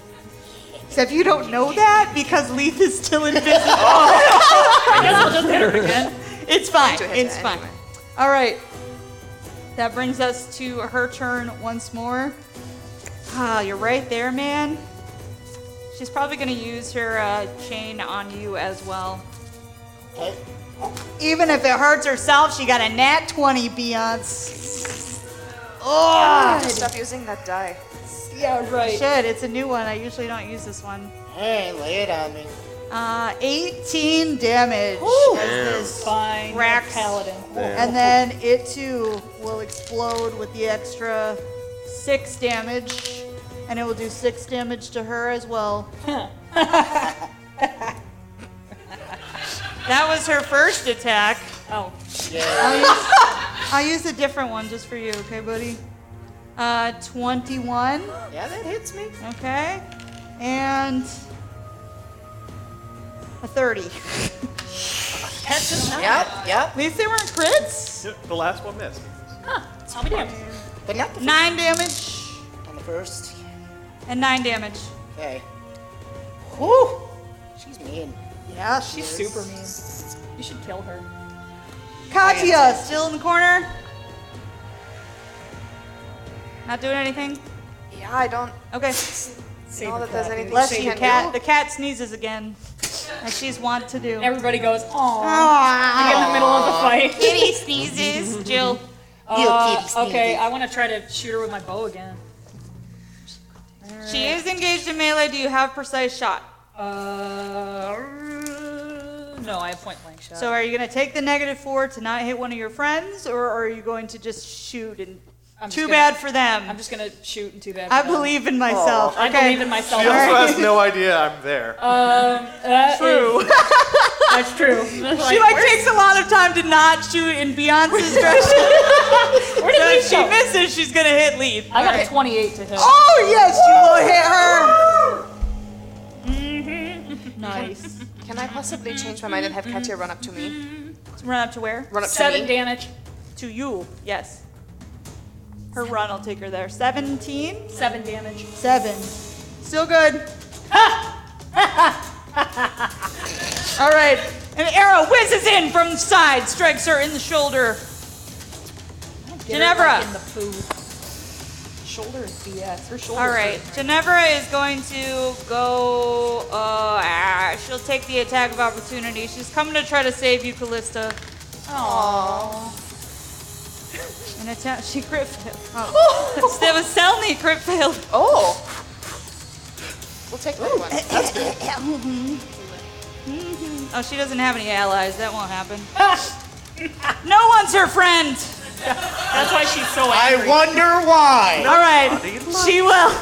Except you don't know that because Leith is still invisible. I guess I'll just hit her again. It's fine. To hit It's her fine. anyway. All right. That brings us to her turn once more. Ah, you're right there, man. She's probably going to use her uh, chain on you as well. Okay. Even if it hurts herself, she got a nat 20, Beyonce. Oh, Stop using that die. Yeah, right. shit, it's a new one. I usually don't use this one. Hey, lay it on me. Uh, 18 damage. as this Fine. Racks. Paladin. And then it too will explode with the extra six damage. And it will do six damage to her as well. that was her first attack. Oh, I'll use, I'll use a different one just for you, okay, buddy? Uh, 21. Yeah, that hits me. Okay. And a 30. Yep, yep. At least they weren't crits. The last one missed. I'll be damned. But not the first. Nine damage. On the first. And nine damage. Okay. Whew. She's mean. Yeah, she's She's super mean. You should kill her. Katya still in the corner. Not doing anything. Yeah, I don't Okay. know that there's anything Bless she you, can cat. do. The cat sneezes again, as she's wont to do. Everybody goes, oh, Aww. in the middle of the fight. Kitty sneezes. Jill. Uh, you keep sneezing. okay, I want to try to shoot her with my bow again. She is engaged in melee. Do you have precise shot? Uh, no, I have point blank shot. So are you going to take the negative four to not hit one of your friends, or are you going to just shoot and? I'm just Too gonna- bad for them. I'm just gonna shoot and too bad. I for them. believe in myself. I okay. believe in myself. um, She also has no idea I'm there. Oh. That is- that's true. She like takes a lot of time to not shoot in Beyonce's direction. Where did so he if she go? misses, she's gonna hit lead. I got a 28 to hit. Oh yes, you will hit her. Nice. Can I possibly change my mind and have Katya run up to me? Run up to where? Run up Seven to me. damage. To you. Yes. Her run will take her there. Seventeen. Seven damage. Seven. Still good. All right. An arrow whizzes in from the side, strikes her in the shoulder. Get her Ginevra. back In the poo. Shoulder is BS. Her shoulder. All right, Ginevra is going to go. Uh, ah, she'll take the attack of opportunity. She's coming to try to save you, Callista. Aww. An attack. She crit failed. Oh. that was Selmy crit failed. Oh! We'll take that one. Oh, she doesn't have any allies. That won't happen. no one's her friend. That's why she's so I wonder why. All right, she will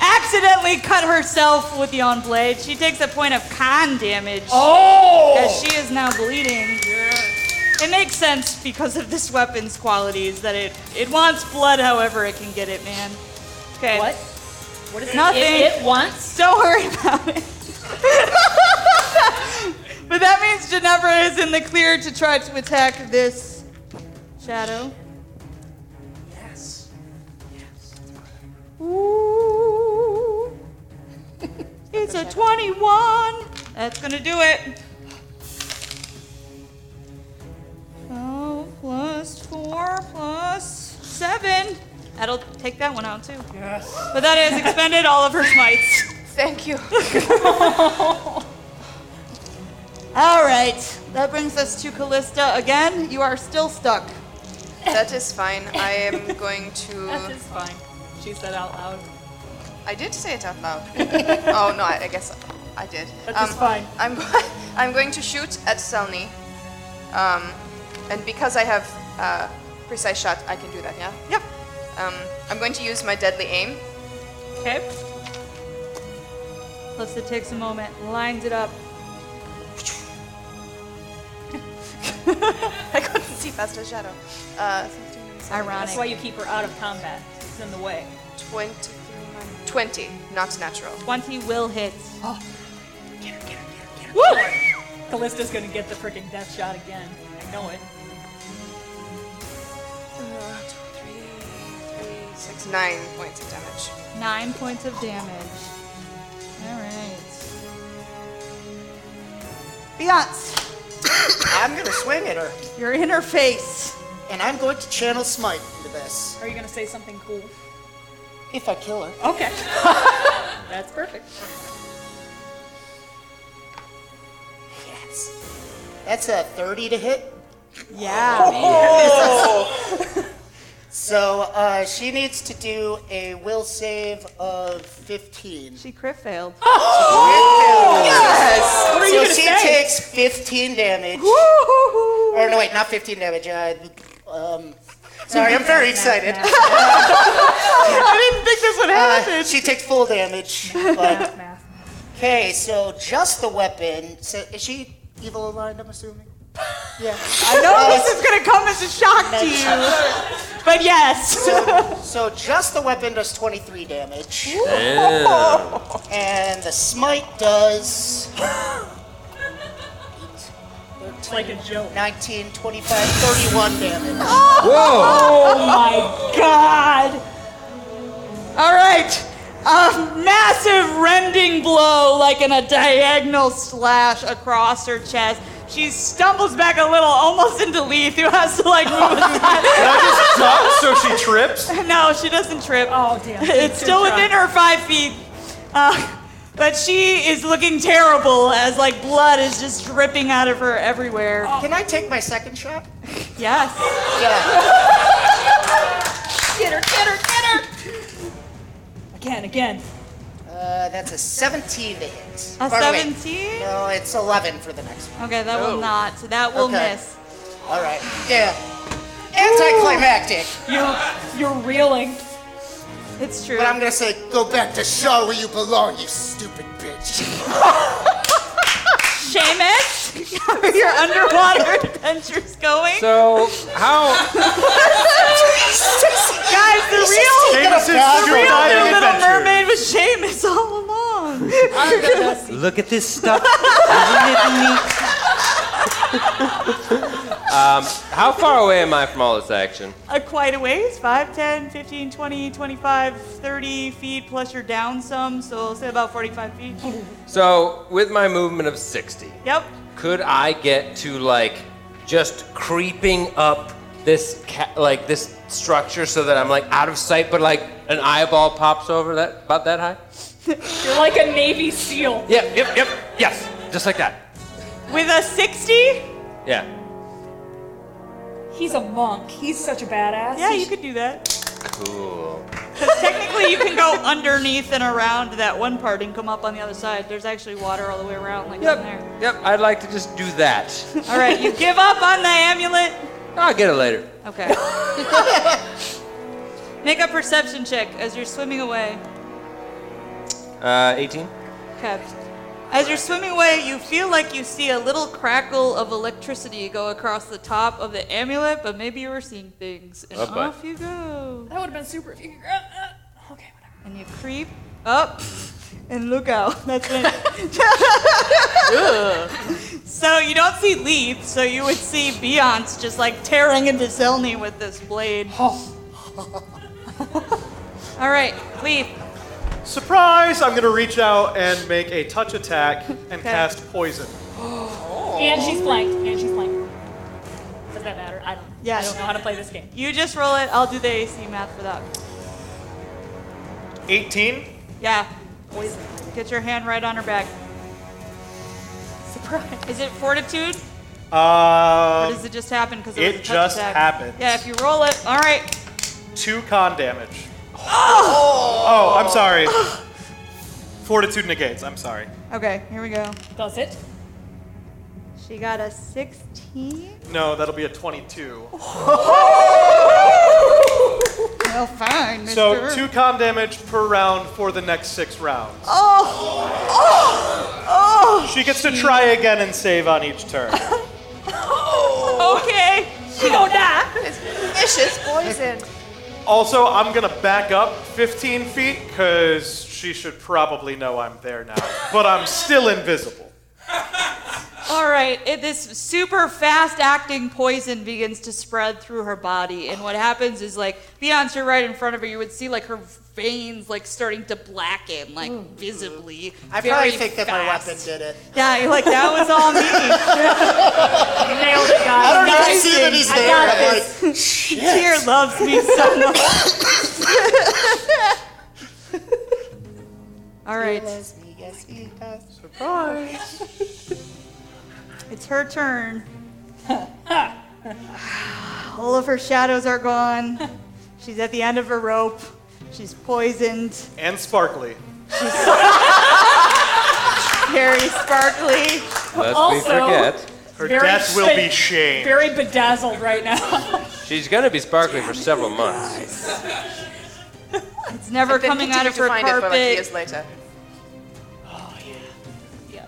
accidentally cut herself with the on blade. She takes a point of con damage. As Oh! she is now bleeding. It makes sense because of this weapon's qualities that it it wants blood however it can get it, man. Okay. What? What is Nothing. It, it once. Don't worry about it. but that means Ginevra is in the clear to try to attack this shadow. Yes. Yes. Ooh. it's a 21. That's going to do it. Oh, plus four, plus seven. That'll take that one out too. Yes. But that has expended all of her smites. Thank you. All right, that brings us to Callista again. You are still stuck. That is fine. I am going to. It's fine. She said out loud. I did say it out loud. Oh no, I, I guess I did. Um, That is fine. I'm I'm going to shoot at Selny, um, and because I have uh, precise shot, I can do that. Yeah. Yep. Um, I'm going to use my deadly aim. Okay. Callista takes a moment, lines it up. I couldn't see past a shadow. Uh, 15, 17, Ironic. That's why you keep her out of combat. She's in the way. 20, 20, not natural. 20 will hit. Callista's gonna get the freaking death shot again. I know it. Uh, two, three, three, six, nine points of damage. Nine points of damage. All right. Beyonce, I'm gonna swing at her. you're in her face. and I'm going to channel Smite into this. Are you gonna say something cool? If I kill her. Okay. That's perfect. Yes. That's a 30 to hit. Oh. Yeah. So uh, she needs to do a will save of 15. She crit failed. yes! Oh, What are you So gonna she say? takes 15 damage. Or no, wait, not 15 damage. Uh, um, sorry, I'm very excited. I didn't think this would Uh, she takes full damage. But, Math. okay, so just the weapon. So is she evil aligned? I'm assuming. Yeah. Uh, I know this is gonna come as a shock to you, but yes. So just the weapon does 23 damage. And the smite does It's like a joke. 19, 25, 31 damage. Whoa! My God! All right. A massive rending blow, like in a diagonal slash across her chest. She stumbles back a little, almost into Leith, who has to like move aside. Can I just duck so she trips? No, she doesn't trip. Oh damn. It's still within her five feet. Uh, but she is looking terrible as like blood is just dripping out of her everywhere. Oh. Can I take my second shot? Yes. Yeah. Get her, get her, get her! Again, again. Uh, that's a 17 to hit. A Or wait, 17? No, it's 11 for the next one. Okay, that will not. So that will Okay. miss. All right. Yeah. Anticlimactic. You're, you're reeling. It's true. But I'm gonna say, go back to Shaw where you belong, you stupid bitch. Seamus, how are your underwater adventures going? So how? Guys, the real, Seamus' the scuba real diving new Little adventure. Mermaid was Seamus all along. Look at this stuff. Isn't it neat? um, how far away am I from all this action? Uh, quite a ways, 5, 10, 15, 20, 25, 30 feet, plus you're down some, so say about 45 feet. Oh. So with my movement of 60, Yep. could I get to like just creeping up this ca- like this structure so that I'm like out of sight, but like an eyeball pops over that about that high? You're like a Navy SEAL. Yep, yep, yep, yes, just like that. With a 60? Yeah. He's a monk. He's such a badass. Yeah, you could do that. Cool. Because technically you can go underneath and around that one part and come up on the other side. There's actually water all the way around, like down there. Yep, yep. I'd like to just do that. All right, you give up on the amulet. I'll get it later. Okay. Make a perception check as you're swimming away. Uh, 18. Okay. As you're swimming away, you feel like you see a little crackle of electricity go across the top of the amulet, but maybe you were seeing things. And Oh, boy. off you go. That would have been super if you could. Uh, uh, okay, whatever. And you creep up and look out. That's it. so you don't see Leaf, so you would see Beyonce just like tearing into Zelny with this blade. All right, Leaf. Surprise! I'm gonna reach out and make a touch attack and cast poison. And she's blanked. And she's blanked. Does that matter? I don't. Yeah. I don't know how to play this game. You just roll it. I'll do the AC math for that. 18. Yeah. Get your hand right on her back. Surprise. Is it fortitude? Or Uh, does it just happen because it just happened? happens. Yeah, if you roll it. All right. two con damage. Oh, I'm sorry. Fortitude negates. I'm sorry. Okay, here we go. Does it? She got a 16. No, that'll be a 22. Well, fine, mister. So two con damage per round for the next six rounds. Oh, She gets to try again and save on each turn. okay. She don't die. Vicious poison. Also, I'm gonna back up 15 feet because she should probably know I'm there now. But I'm still invisible. All right, it, this super fast acting poison begins to spread through her body, and what happens is like Beyonce, right in front of her, you would see like her veins like starting to blacken, like visibly. Mm-hmm. I probably very think that my fast. weapon did it. Yeah, you're like, that was all me. Nailed it, guys. I don't even guys, see that he's I there. got I'm this. like, Dear loves me so much. All right, Surprise! it's her turn. All of her shadows are gone. She's at the end of her rope. She's poisoned. And sparkly. Very sparkly. Lest we Also- forget, Her Very death will be spa- shame. Very bedazzled right now. she's gonna be sparkling for several months. It's never Then coming out of her continue to find it for like years carpet. later.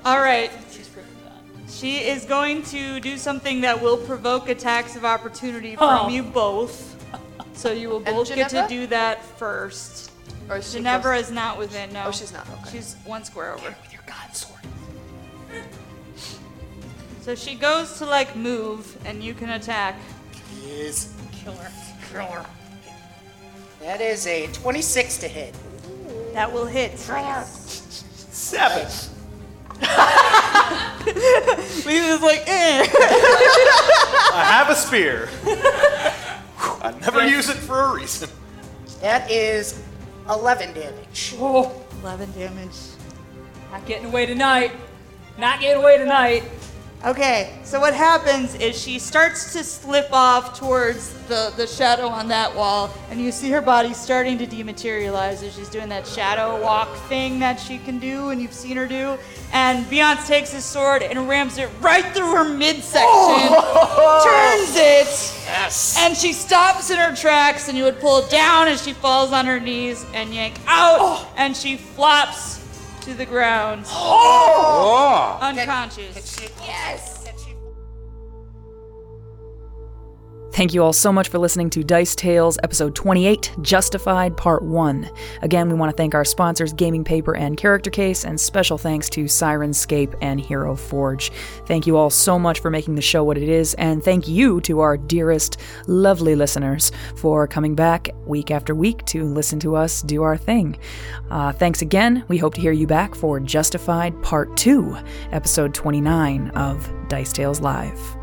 All right. She is going to do something that will provoke attacks of opportunity from Oh. you both. So you will And both get to Ginevra? do that first. Or is she Ginevra close? is not within. No, Oh, she's not, okay. She's one square over. With your god sword. So she goes to like move, and you can attack. Yes. Kill her. Kill her. That is a 26 to hit. That will hit. Seven. Lisa's like, eh. I have a spear. I never use it for a reason. That is 11 damage. Oh, Eleven damage. not getting away tonight. Not getting away tonight. Okay, so what happens is she starts to slip off towards the, the shadow on that wall, and you see her body starting to dematerialize as she's doing that shadow walk thing that she can do, and you've seen her do. And Beyonce takes his sword and rams it right through her midsection, turns it, and she stops in her tracks, and you would pull down as she falls on her knees and yank out, and she flops to the ground, Oh, unconscious. Thank you all so much for listening to Dice Tales, episode 28, Justified, part 1. Again, we want to thank our sponsors, Gaming Paper and Character Case, and special thanks to Sirenscape and Hero Forge. Thank you all so much for making the show what it is, and thank you to our dearest, lovely listeners for coming back week after week to listen to us do our thing. Uh, thanks again. We hope to hear you back for Justified, part 2, episode 29 of Dice Tales Live.